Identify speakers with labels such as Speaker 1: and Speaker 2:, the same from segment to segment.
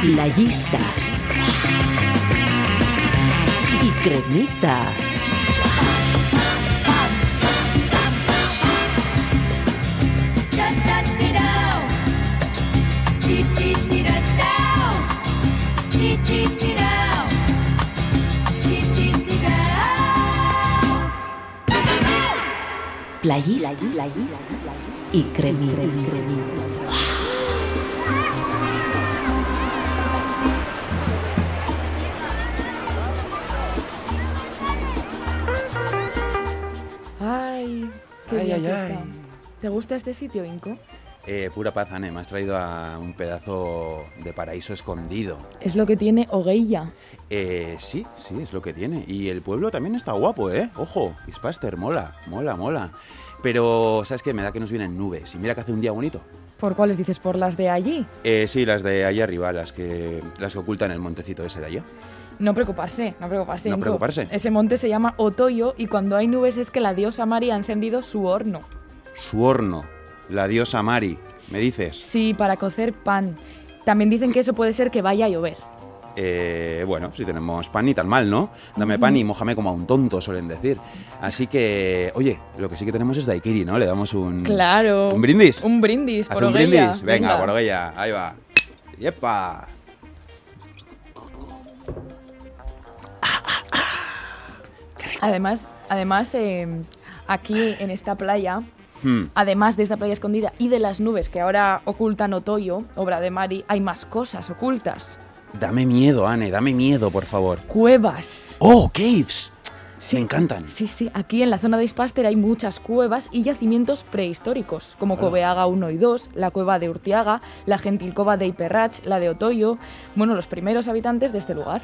Speaker 1: Playistas. Y cremitas. Playistas. Y cremitas.
Speaker 2: Ay, qué
Speaker 3: Ay,
Speaker 2: bien
Speaker 3: ay,
Speaker 2: se
Speaker 3: ay.
Speaker 2: está. ¿Te gusta este sitio, Inco?
Speaker 3: Eh, pura paz, Ane, me has traído a un pedazo de paraíso escondido.
Speaker 2: Es lo que tiene Ogeilla.
Speaker 3: Eh, sí, sí, es lo que tiene. Y el pueblo también está guapo, ¿eh? Ojo, Ispaster, mola, mola, mola. Pero, ¿sabes qué? Me da que nos vienen nubes. Y mira que hace un día bonito.
Speaker 2: ¿Por cuáles dices? ¿Por las de allí?
Speaker 3: Eh, sí, las de allá arriba, las que, las que ocultan el montecito ese de allá.
Speaker 2: No preocuparse, no preocuparse.
Speaker 3: No
Speaker 2: Inco.
Speaker 3: preocuparse.
Speaker 2: Ese monte se llama Otoyo y cuando hay nubes es que la diosa María ha encendido su horno.
Speaker 3: Su horno, la diosa Mari, me dices.
Speaker 2: Sí, para cocer pan. También dicen que eso puede ser que vaya a llover.
Speaker 3: Eh, bueno, si tenemos pan ni tan mal, ¿no? Dame pan y mojame como a un tonto, suelen decir. Así que, oye, lo que sí que tenemos es daiquiri, ¿no? Le damos un...
Speaker 2: Claro.
Speaker 3: Mm. ¿Un brindis?
Speaker 2: Un brindis
Speaker 3: ¿Hace
Speaker 2: por
Speaker 3: un
Speaker 2: Ogeilla.
Speaker 3: brindis? Venga, por Orguella, ahí va. ¡Yepa!
Speaker 2: Además, además eh, aquí en esta playa,
Speaker 3: Hmm.
Speaker 2: además de esta playa escondida y de las nubes que ahora ocultan Otoyo, obra de Mari, hay más cosas ocultas.
Speaker 3: Dame miedo, Anne, dame miedo, por favor.
Speaker 2: Cuevas.
Speaker 3: ¡Oh, caves!
Speaker 2: Sí.
Speaker 3: Me encantan.
Speaker 2: Sí, sí, aquí en la zona de Ispaster hay muchas cuevas y yacimientos prehistóricos, como
Speaker 3: Hola.
Speaker 2: Coveaga 1 y 2, la cueva de Urtiaga, la gentilcova de Iperrach, la de Otoyo, bueno, los primeros habitantes de este lugar.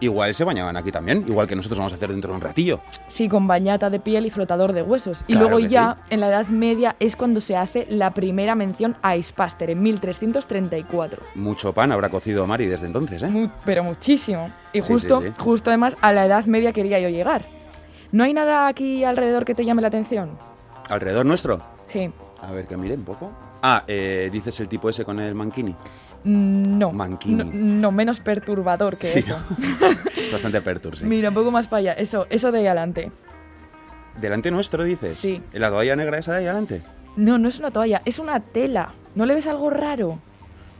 Speaker 3: Igual se bañaban aquí también, igual que nosotros vamos a hacer dentro de un ratillo.
Speaker 2: Sí, con bañata de piel y flotador de huesos. Y
Speaker 3: Claro
Speaker 2: luego
Speaker 3: que
Speaker 2: ya, en la Edad Media, es cuando se hace la primera mención a Ispaster, en 1334.
Speaker 3: Mucho pan habrá cocido Mari desde entonces, ¿eh?
Speaker 2: Mu- pero muchísimo. Y
Speaker 3: Sí, sí,
Speaker 2: justo,
Speaker 3: sí.
Speaker 2: justo además, a la Edad Media quería yo llegar. ¿No hay nada aquí alrededor que te llame la atención?
Speaker 3: Alrededor nuestro.
Speaker 2: Sí.
Speaker 3: A ver, que mire un poco. Ah, eh, dices el tipo ese con el manquini.
Speaker 2: Mm, No.
Speaker 3: Manquini.
Speaker 2: No, no, menos perturbador que
Speaker 3: Sí,
Speaker 2: eso.
Speaker 3: Bastante pertur, sí.
Speaker 2: Mira, un poco más para allá. Eso, eso de ahí adelante.
Speaker 3: Delante nuestro, dices.
Speaker 2: Sí.
Speaker 3: ¿La toalla negra esa de ahí adelante?
Speaker 2: No, no es una toalla, es una tela. ¿No le ves algo raro?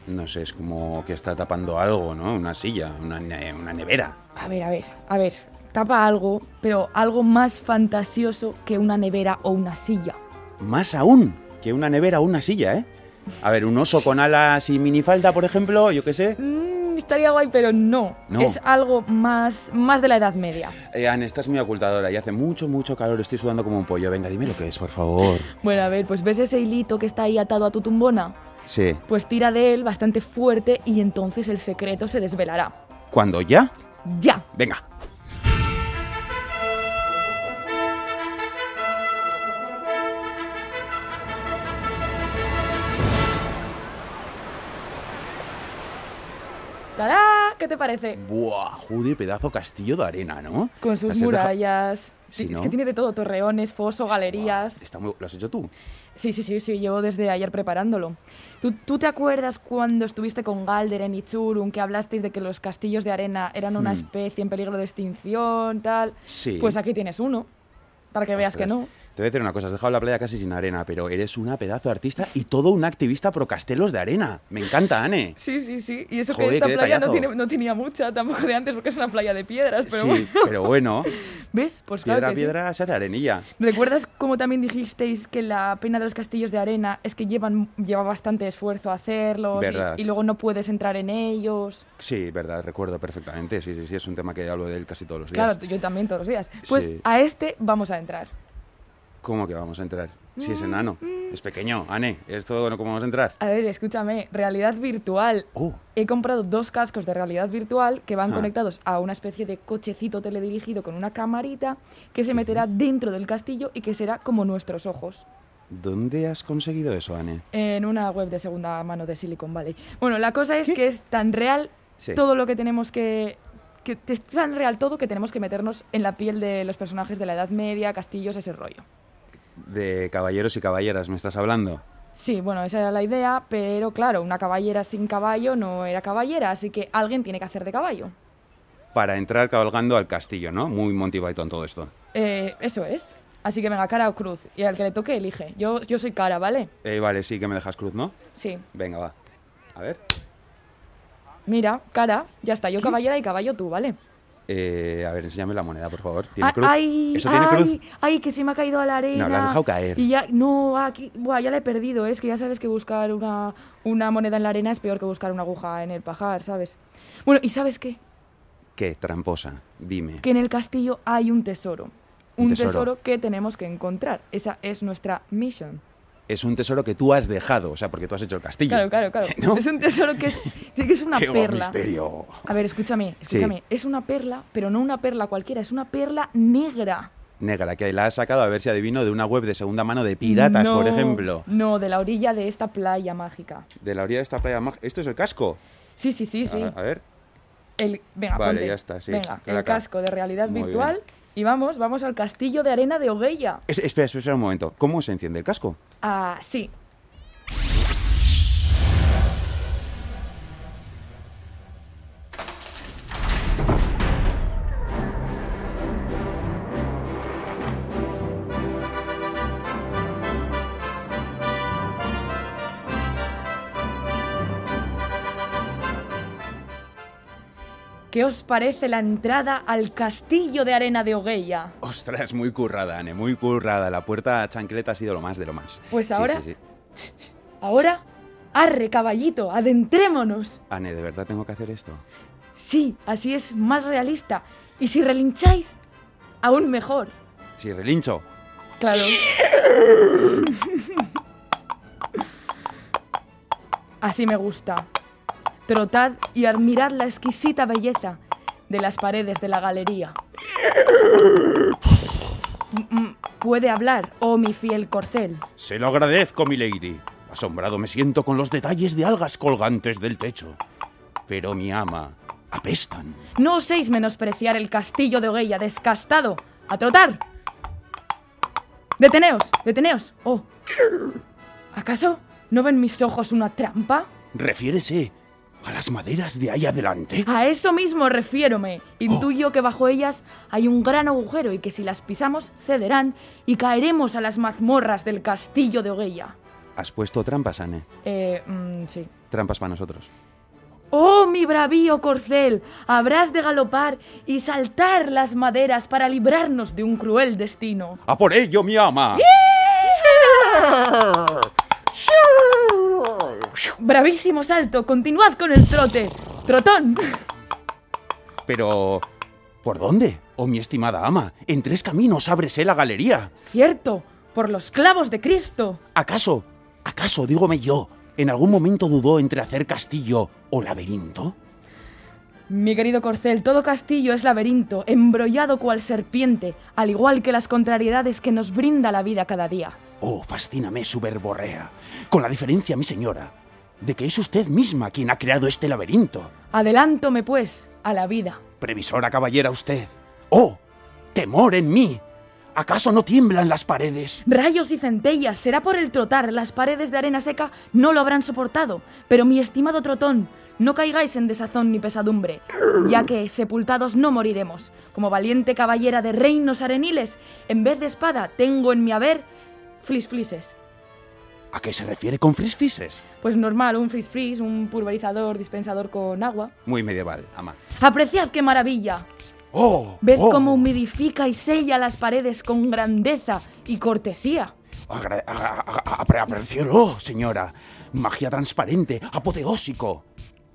Speaker 3: No sé, es como que está tapando algo, ¿no? Una silla, una, ne- una nevera.
Speaker 2: A ver, a ver, a ver. Tapa algo, pero algo más fantasioso que una nevera o una silla.
Speaker 3: Más aún que una nevera o una silla, ¿eh? A ver, un oso con alas y minifalda, por ejemplo, yo qué sé.
Speaker 2: Mm, estaría guay, pero no.
Speaker 3: No.
Speaker 2: Es algo más, más de la Edad Media.
Speaker 3: Eh, Anne, estás muy ocultadora y hace mucho, mucho calor. Estoy sudando como un pollo. Venga, dime lo que es, por favor.
Speaker 2: Bueno, a ver, pues ves ese hilito que está ahí atado a tu tumbona.
Speaker 3: Sí.
Speaker 2: Pues tira de él bastante fuerte y entonces el secreto se desvelará.
Speaker 3: ¿Cuándo ya?
Speaker 2: ¡Ya!
Speaker 3: Venga.
Speaker 2: ¡Tará! ¿Qué te parece?
Speaker 3: Buah, joder, pedazo castillo de arena, ¿no?
Speaker 2: Con sus
Speaker 3: Las has dejado-
Speaker 2: murallas.
Speaker 3: Sí,
Speaker 2: Sí,
Speaker 3: ¿no?
Speaker 2: Es que tiene de todo, torreones, foso, galerías.
Speaker 3: Está muy- ¿Lo has hecho tú?
Speaker 2: Sí, sí, sí, sí, llevo desde ayer preparándolo. ¿Tú, tú te acuerdas cuando estuviste con Galderen y Churun que hablasteis de que los castillos de arena eran una
Speaker 3: Hmm.
Speaker 2: especie en peligro de extinción, tal?
Speaker 3: Sí.
Speaker 2: Pues aquí tienes uno, para que veas que
Speaker 3: Ostras.
Speaker 2: no.
Speaker 3: Te voy a decir una cosa, has dejado la playa casi sin arena, pero eres una pedazo de artista y todo un activista pro castelos de arena. Me encanta, Ane.
Speaker 2: Sí, sí, sí. Y eso
Speaker 3: Joder,
Speaker 2: que esta
Speaker 3: qué
Speaker 2: playa no,
Speaker 3: detallazo.
Speaker 2: tiene- no tenía mucha tampoco de antes porque es una playa de piedras, pero
Speaker 3: sí,
Speaker 2: bueno.
Speaker 3: pero bueno,
Speaker 2: ¿Ves? Pues claro
Speaker 3: piedra a
Speaker 2: que sí.
Speaker 3: piedra se hace arenilla.
Speaker 2: ¿Recuerdas cómo también dijisteis que la pena de los castillos de arena es que llevan, lleva bastante esfuerzo hacerlos y-
Speaker 3: Verdad.
Speaker 2: y, luego no puedes entrar en ellos?
Speaker 3: Sí, verdad, recuerdo perfectamente. Sí, sí, sí, es un tema que hablo de él casi todos los días.
Speaker 2: Claro, yo también todos los días. Pues
Speaker 3: Sí.
Speaker 2: a este vamos a entrar.
Speaker 3: ¿Cómo que vamos a entrar? Si
Speaker 2: Mm,
Speaker 3: es enano, es pequeño, Ane, esto no cómo vamos a entrar.
Speaker 2: A ver, escúchame, realidad virtual.
Speaker 3: Oh,
Speaker 2: He comprado dos cascos de realidad virtual que van
Speaker 3: Ah.
Speaker 2: conectados a una especie de cochecito teledirigido con una camarita que se meterá dentro del castillo y que será como nuestros ojos.
Speaker 3: ¿dónde has conseguido eso, Ane?
Speaker 2: en una web de segunda mano de Silicon Valley. Bueno, la cosa es que es tan real
Speaker 3: Sí.
Speaker 2: todo lo que tenemos que, que Es tan real todo que tenemos que meternos en la piel de los personajes de la Edad Media, castillos, ese rollo.
Speaker 3: De caballeros y caballeras, ¿me estás hablando?
Speaker 2: Sí, bueno, esa era la idea, pero claro, una caballera sin caballo no era caballera, así que alguien tiene que hacer de caballo.
Speaker 3: Para entrar cabalgando al castillo, ¿no? Muy Monty Python todo esto.
Speaker 2: Eh, eso es. Así que venga, cara o cruz. Y al que le toque, elige. Yo, yo soy cara, ¿vale?
Speaker 3: Eh, vale, sí, que me dejas cruz, ¿no?
Speaker 2: Sí.
Speaker 3: Venga, va. A ver.
Speaker 2: Mira, cara, ya está. Yo caballera y caballo tú, ¿vale?
Speaker 3: Eh, a ver, enséñame la moneda, por favor. ¿Tiene
Speaker 2: Ah,
Speaker 3: cruz?
Speaker 2: Ay,
Speaker 3: ¿Eso tiene
Speaker 2: ay,
Speaker 3: cruz?
Speaker 2: ay, que se me ha caído a la arena.
Speaker 3: No, la has dejado caer.
Speaker 2: Y ya, no, aquí, buah, ya la he perdido. ¿eh? Es que ya sabes que buscar una, una moneda en la arena es peor que buscar una aguja en el pajar, ¿sabes? Bueno, ¿y sabes qué?
Speaker 3: ¿Qué? Tramposa. Dime.
Speaker 2: Que en el castillo hay un tesoro.
Speaker 3: Un
Speaker 2: Un
Speaker 3: tesoro.
Speaker 2: tesoro. que tenemos que encontrar. Esa es nuestra misión.
Speaker 3: Es un tesoro que tú has dejado, o sea, porque tú has hecho el castillo.
Speaker 2: Claro, claro, claro.
Speaker 3: ¿No?
Speaker 2: Es un tesoro que es, sí que es una
Speaker 3: ¡Qué guau,
Speaker 2: perla.
Speaker 3: misterio!
Speaker 2: A ver, escúchame,
Speaker 3: Sí.
Speaker 2: escúchame. Es una perla, pero no una perla cualquiera, es una perla negra.
Speaker 3: Negra, que la has sacado a ver si adivino de una web de segunda mano de piratas, por
Speaker 2: No,
Speaker 3: ejemplo.
Speaker 2: No, de la orilla de esta playa mágica.
Speaker 3: De la orilla de esta playa mag- ¿Esto es el casco?
Speaker 2: Sí, sí, sí, sí.
Speaker 3: A, a ver.
Speaker 2: El, venga,
Speaker 3: Ah, Vale,
Speaker 2: ponte.
Speaker 3: ya está, sí.
Speaker 2: Venga,
Speaker 3: Claro,
Speaker 2: el
Speaker 3: claro.
Speaker 2: casco de realidad
Speaker 3: Muy
Speaker 2: virtual
Speaker 3: bien.
Speaker 2: y vamos, vamos al castillo de arena de Ogueya.
Speaker 3: Es- espera, espera, espera un momento. ¿Cómo se enciende el casco?
Speaker 2: Ah, sí. ¿Qué os parece la entrada al castillo de arena de Ogueya?
Speaker 3: Ostras, muy currada, Ane, muy currada. La puerta a chancleta ha sido lo más de lo más.
Speaker 2: Pues
Speaker 3: Sí,
Speaker 2: ahora-
Speaker 3: sí, sí.
Speaker 2: Ahora, arre caballito, adentrémonos.
Speaker 3: Ane, ¿de verdad tengo que hacer esto?
Speaker 2: Sí, así es más realista. Y si relincháis, aún mejor.
Speaker 3: Sí, relincho.
Speaker 2: Claro. Así me gusta. Trotad y admirad la exquisita belleza de las paredes de la galería. Mm, mm, Puede hablar, oh mi fiel corcel.
Speaker 3: Se lo agradezco, mi lady. Asombrado me siento con los detalles de algas colgantes del techo. Pero mi ama, apestan.
Speaker 2: No oséis menospreciar el castillo de Ogueya, descastado. ¡A trotar! ¡Deteneos! ¡Deteneos! ¡Oh! ¿Acaso no ven mis ojos una trampa?
Speaker 3: Refiérese a las maderas de ahí adelante.
Speaker 2: A eso mismo refiérome. Intuyo que bajo ellas hay un gran agujero y que si las pisamos cederán y caeremos a las mazmorras del castillo de Ogueya.
Speaker 3: Has puesto trampas, Ane.
Speaker 2: Eh, mm, sí.
Speaker 3: Trampas para nosotros.
Speaker 2: Oh, mi bravío corcel, habrás de galopar y saltar las maderas para librarnos de un cruel destino.
Speaker 3: ¡A por ello, mi ama!
Speaker 2: Bravísimo salto, continuad con el trote. Trotón.
Speaker 3: Pero... ¿Por dónde? Oh, mi estimada ama, en tres caminos ábrese la galería.
Speaker 2: Cierto, por los clavos de Cristo.
Speaker 3: ¿Acaso, acaso, dígome yo, en algún momento dudó entre hacer castillo o laberinto?
Speaker 2: Mi querido Corcel, todo castillo es laberinto, embrollado cual serpiente, al igual que las contrariedades que nos brinda la vida cada día.
Speaker 3: Oh, fascíname su verborrea. Con la diferencia, mi señora, de que es usted misma quien ha creado este laberinto.
Speaker 2: Adelántome, pues, a la vida.
Speaker 3: Previsora caballera usted. Oh, temor en mí. ¿Acaso no tiemblan las paredes?
Speaker 2: Rayos y centellas, será por el trotar, las paredes de arena seca no lo habrán soportado. Pero mi estimado trotón, no caigáis en desazón ni pesadumbre, ya que sepultados no moriremos. Como valiente caballera de reinos areniles, en vez de espada tengo en mi haber flisflises.
Speaker 3: ¿A qué se refiere con frisfises?
Speaker 2: Pues normal, un fris fris, un pulverizador, dispensador con agua.
Speaker 3: Muy medieval, ama.
Speaker 2: Apreciad qué maravilla.
Speaker 3: Oh,
Speaker 2: Ved
Speaker 3: oh.
Speaker 2: cómo humidifica y sella las paredes con grandeza y cortesía.
Speaker 3: Agra- a- a- a- apre- Apreciólo, señora. Magia transparente, apoteósico.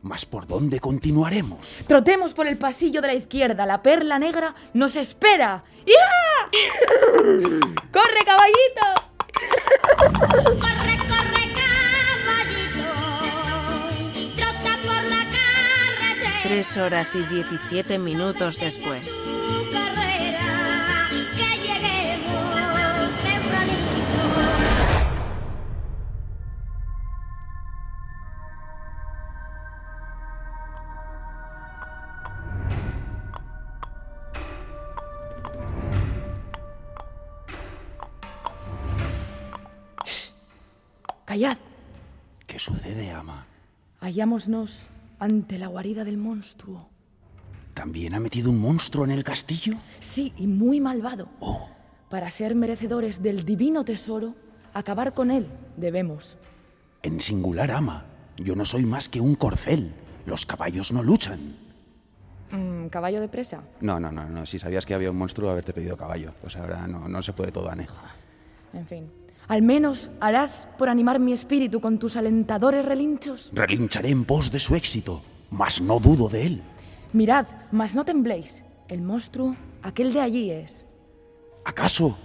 Speaker 3: Mas por dónde continuaremos?
Speaker 2: Trotemos por el pasillo de la izquierda, la perla negra nos espera. ¡Ya! ¡Corre, caballito!
Speaker 4: Corre, corre, caballito, trota por la carretera.
Speaker 1: Tres horas y 17 minutos después.
Speaker 4: Tu carrera, que lleguemos tempranito.
Speaker 2: Callad,
Speaker 3: ¿Qué sucede, ama?
Speaker 2: hallámonos ante la guarida del monstruo.
Speaker 3: ¿También ha metido un monstruo en el castillo?
Speaker 2: Sí, y muy malvado.
Speaker 3: Oh,
Speaker 2: Para ser merecedores del divino tesoro, acabar con él debemos.
Speaker 3: en singular, ama. Yo no soy más que un corcel. Los caballos no luchan.
Speaker 2: Mm, caballo de presa.
Speaker 3: No, no, no, no. Si sabías que había un monstruo, haberte pedido caballo. Pues ahora no, no se puede todo, anejo.
Speaker 2: En fin. Al menos harás por animar mi espíritu con tus alentadores relinchos.
Speaker 3: Relincharé en pos de su éxito, mas no dudo de él.
Speaker 2: Mirad, mas no tembléis. El monstruo, aquel de allí es.
Speaker 3: ¿Acaso?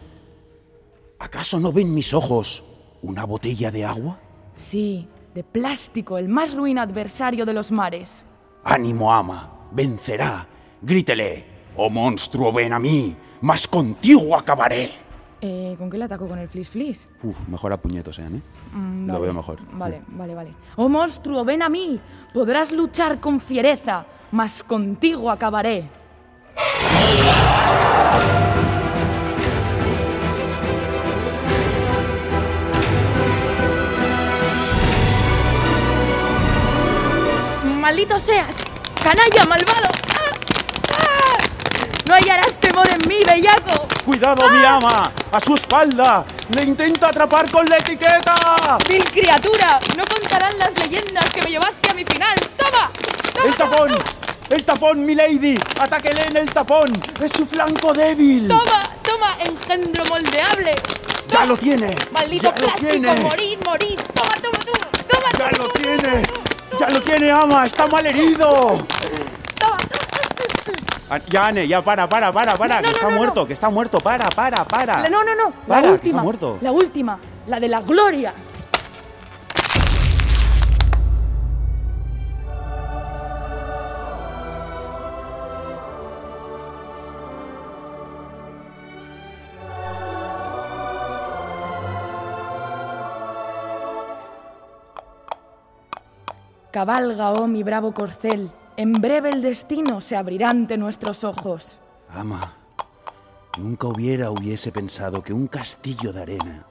Speaker 3: ¿Acaso no ven mis ojos una botella de agua?
Speaker 2: Sí, de plástico, el más ruin adversario de los mares.
Speaker 3: Ánimo, ama, vencerá. Grítele, oh monstruo, ven a mí, mas contigo acabaré.
Speaker 2: Eh, ¿Con qué le ataco? ¿Con el flis flis?
Speaker 3: Uf, mejor a puñetos sean, ¿eh?
Speaker 2: Mm,
Speaker 3: Lo
Speaker 2: vale,
Speaker 3: veo mejor.
Speaker 2: Vale, vale, vale. Oh monstruo, ven a mí. Podrás luchar con fiereza, mas contigo acabaré. ¡Maldito seas! ¡Canalla, malvado! ¡Ah! ¡Ah! ¡No hallarás temor en mí, bellaco!
Speaker 3: ¡Cuidado, mi
Speaker 2: Ah.
Speaker 3: ama! ¡A su espalda! ¡Le intenta atrapar con la etiqueta!
Speaker 2: ¡Vil criatura! ¡No contarán las leyendas que me llevaste a mi final! ¡Toma! ¡Toma,
Speaker 3: ¡El
Speaker 2: toma,
Speaker 3: tapón!
Speaker 2: toma!
Speaker 3: ¡El tapón, milady! ¡Atáquele en el tapón! ¡Es su flanco débil!
Speaker 2: ¡Toma! ¡Toma! ¡Engendro moldeable!
Speaker 3: ¡Ya lo tiene!
Speaker 2: ¡Maldito
Speaker 3: ¡Ya lo
Speaker 2: plástico!
Speaker 3: tiene!
Speaker 2: ¡Morid, morid! ¡Toma, toma, toma! ¡Toma,
Speaker 3: ¡Ya
Speaker 2: toma,
Speaker 3: lo
Speaker 2: toma,
Speaker 3: tiene!
Speaker 2: toma,
Speaker 3: ¡Ya lo tiene, ama! ¡Está mal herido!
Speaker 2: toma, toma!
Speaker 3: Ya, Ane, Ah, ya para, para, para, para,
Speaker 2: No,
Speaker 3: que
Speaker 2: no,
Speaker 3: está
Speaker 2: no, no.
Speaker 3: muerto, que está muerto, para, para, para.
Speaker 2: La- No, no, no. La
Speaker 3: Para, que está
Speaker 2: última.
Speaker 3: muerto.
Speaker 2: La última. La de la gloria. Cabalga, oh mi bravo corcel. En breve el destino se abrirá ante nuestros ojos.
Speaker 3: Ama, nunca hubiera hubiese pensado que un castillo de arena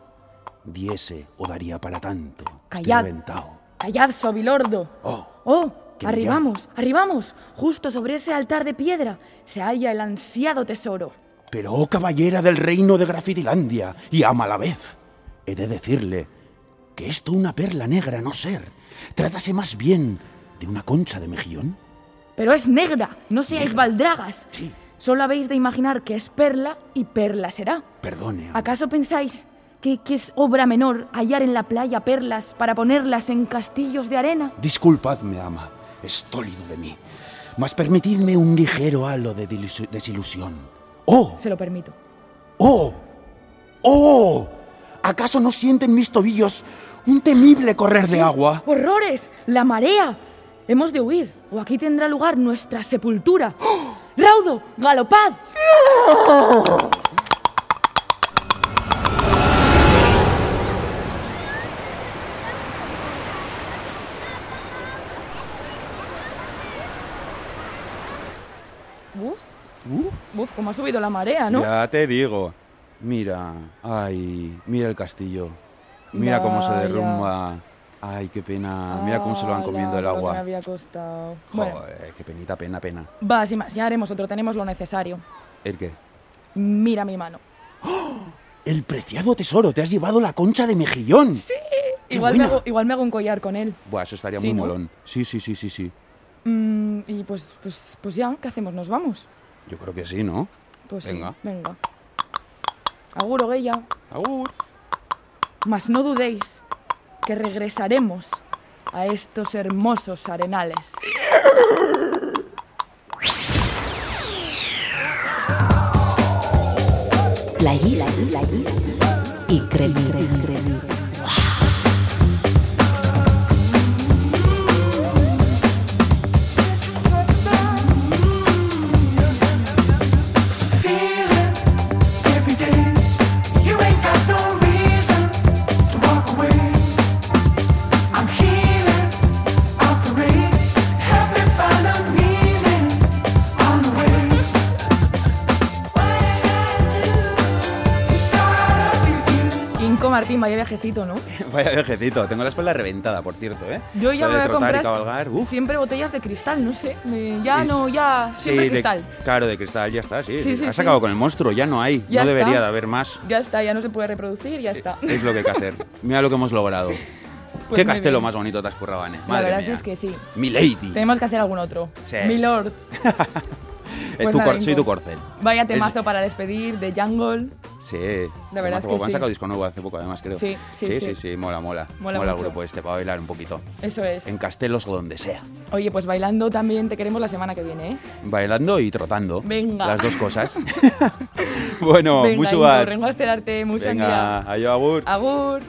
Speaker 3: diese o daría para tanto. Estoy
Speaker 2: Callad.
Speaker 3: aventado.
Speaker 2: Callad, sobilordo.
Speaker 3: Oh,
Speaker 2: Oh,
Speaker 3: ¿Quién me
Speaker 2: arribamos, arribamos. Justo sobre ese altar de piedra se halla el ansiado tesoro.
Speaker 3: pero oh caballera del reino de Grafitilandia y ama a la vez, he de decirle que esto una perla negra no ser. Trátase más bien de una concha de mejillón.
Speaker 2: Pero es negra, no seáis
Speaker 3: Negra.
Speaker 2: baldragas.
Speaker 3: Sí.
Speaker 2: Solo habéis de imaginar que es perla y perla será.
Speaker 3: Perdone. ama.
Speaker 2: ¿Acaso pensáis que, que es obra menor hallar en la playa perlas para ponerlas en castillos de arena?
Speaker 3: Disculpadme, ama, es tólido de mí. Mas permitidme un ligero halo de dilis- desilusión. ¡Oh!
Speaker 2: Se lo permito.
Speaker 3: ¡Oh! ¡Oh! ¿Acaso no sienten mis tobillos un temible correr de agua?
Speaker 2: ¡Horrores! ¡La marea! Hemos de huir, o aquí tendrá lugar nuestra sepultura. ¡Oh! ¡Raudo! ¡Galopad! Uf,
Speaker 3: Uh.
Speaker 2: uf, cómo ha subido la marea, ¿no?
Speaker 3: Ya te digo. Mira, ay, mira el castillo. Mira cómo se
Speaker 2: Vaya.
Speaker 3: derrumba. Ay, qué pena. Mira cómo se lo van
Speaker 2: Ala,
Speaker 3: comiendo el
Speaker 2: lo que
Speaker 3: agua.
Speaker 2: me había costado. Bueno,
Speaker 3: Joder, qué penita, pena, pena.
Speaker 2: va, sin más, ya haremos otro, tenemos lo necesario.
Speaker 3: ¿El qué?
Speaker 2: Mira mi mano.
Speaker 3: El preciado tesoro, te has llevado la concha de mejillón. Sí. ¡Qué
Speaker 2: Igual me,
Speaker 3: buena!
Speaker 2: hago, igual me hago un collar con él.
Speaker 3: Buah, eso estaría
Speaker 2: Sí,
Speaker 3: muy
Speaker 2: ¿no?
Speaker 3: molón. Sí, sí, sí, sí, sí.
Speaker 2: Mm, y pues, pues, pues ya, ¿qué hacemos? ¿Nos vamos?
Speaker 3: Yo creo que sí, ¿no?
Speaker 2: Pues sí,
Speaker 3: Venga.
Speaker 2: venga. Agur, Ogueya.
Speaker 3: Agur.
Speaker 2: Mas no dudéis que regresaremos a estos hermosos arenales.
Speaker 5: Playistas y cremitas.
Speaker 2: King Kong Martín, vaya viajecito, ¿no?
Speaker 3: Vaya viejecito, tengo la espalda reventada, por cierto, ¿eh?
Speaker 2: Yo
Speaker 3: Esto
Speaker 2: ya me
Speaker 3: de
Speaker 2: voy a
Speaker 3: trotar
Speaker 2: comprar
Speaker 3: y cabalgar, uf.
Speaker 2: siempre botellas de cristal, no sé. me- ya
Speaker 3: Sí.
Speaker 2: no, ya siempre
Speaker 3: Sí, de-
Speaker 2: cristal.
Speaker 3: claro, de cristal, ya está, sí.
Speaker 2: Sí, sí,
Speaker 3: Has
Speaker 2: sí.
Speaker 3: acabado con el monstruo, ya no hay.
Speaker 2: Ya
Speaker 3: no
Speaker 2: está.
Speaker 3: debería de haber más.
Speaker 2: Ya está, ya no se puede reproducir, ya está.
Speaker 3: Es lo que hay que hacer. Mira lo que hemos logrado.
Speaker 2: Pues
Speaker 3: Qué
Speaker 2: muy
Speaker 3: castelo
Speaker 2: bien.
Speaker 3: más bonito te has currado, Anne.
Speaker 2: La
Speaker 3: Madre
Speaker 2: verdad
Speaker 3: mía.
Speaker 2: es que sí.
Speaker 3: Mi lady.
Speaker 2: Tenemos que hacer algún otro.
Speaker 3: Sí.
Speaker 2: Milord.
Speaker 3: Eh,
Speaker 2: pues
Speaker 3: tu
Speaker 2: nada,
Speaker 3: cor- soy
Speaker 2: Ingo.
Speaker 3: tu corcel.
Speaker 2: Vaya
Speaker 3: Es-
Speaker 2: temazo para despedir de Jungle.
Speaker 3: Sí. La
Speaker 2: verdad es que
Speaker 3: Han
Speaker 2: sí.
Speaker 3: sacado disco nuevo hace poco, además, creo.
Speaker 2: Sí, sí, sí.
Speaker 3: sí. sí, sí, mola, mola.
Speaker 2: Mola
Speaker 3: el
Speaker 2: mucho. Pues
Speaker 3: grupo este para bailar un poquito.
Speaker 2: Eso es.
Speaker 3: En castelos o donde sea.
Speaker 2: Oye, pues bailando también te queremos la semana que viene, ¿eh?
Speaker 3: Bailando y trotando.
Speaker 2: Venga.
Speaker 3: Las dos cosas. bueno,
Speaker 2: Venga,
Speaker 3: musubat.
Speaker 2: Rengo a estelarte, musa
Speaker 3: Venga, ayo agur.
Speaker 2: Agur.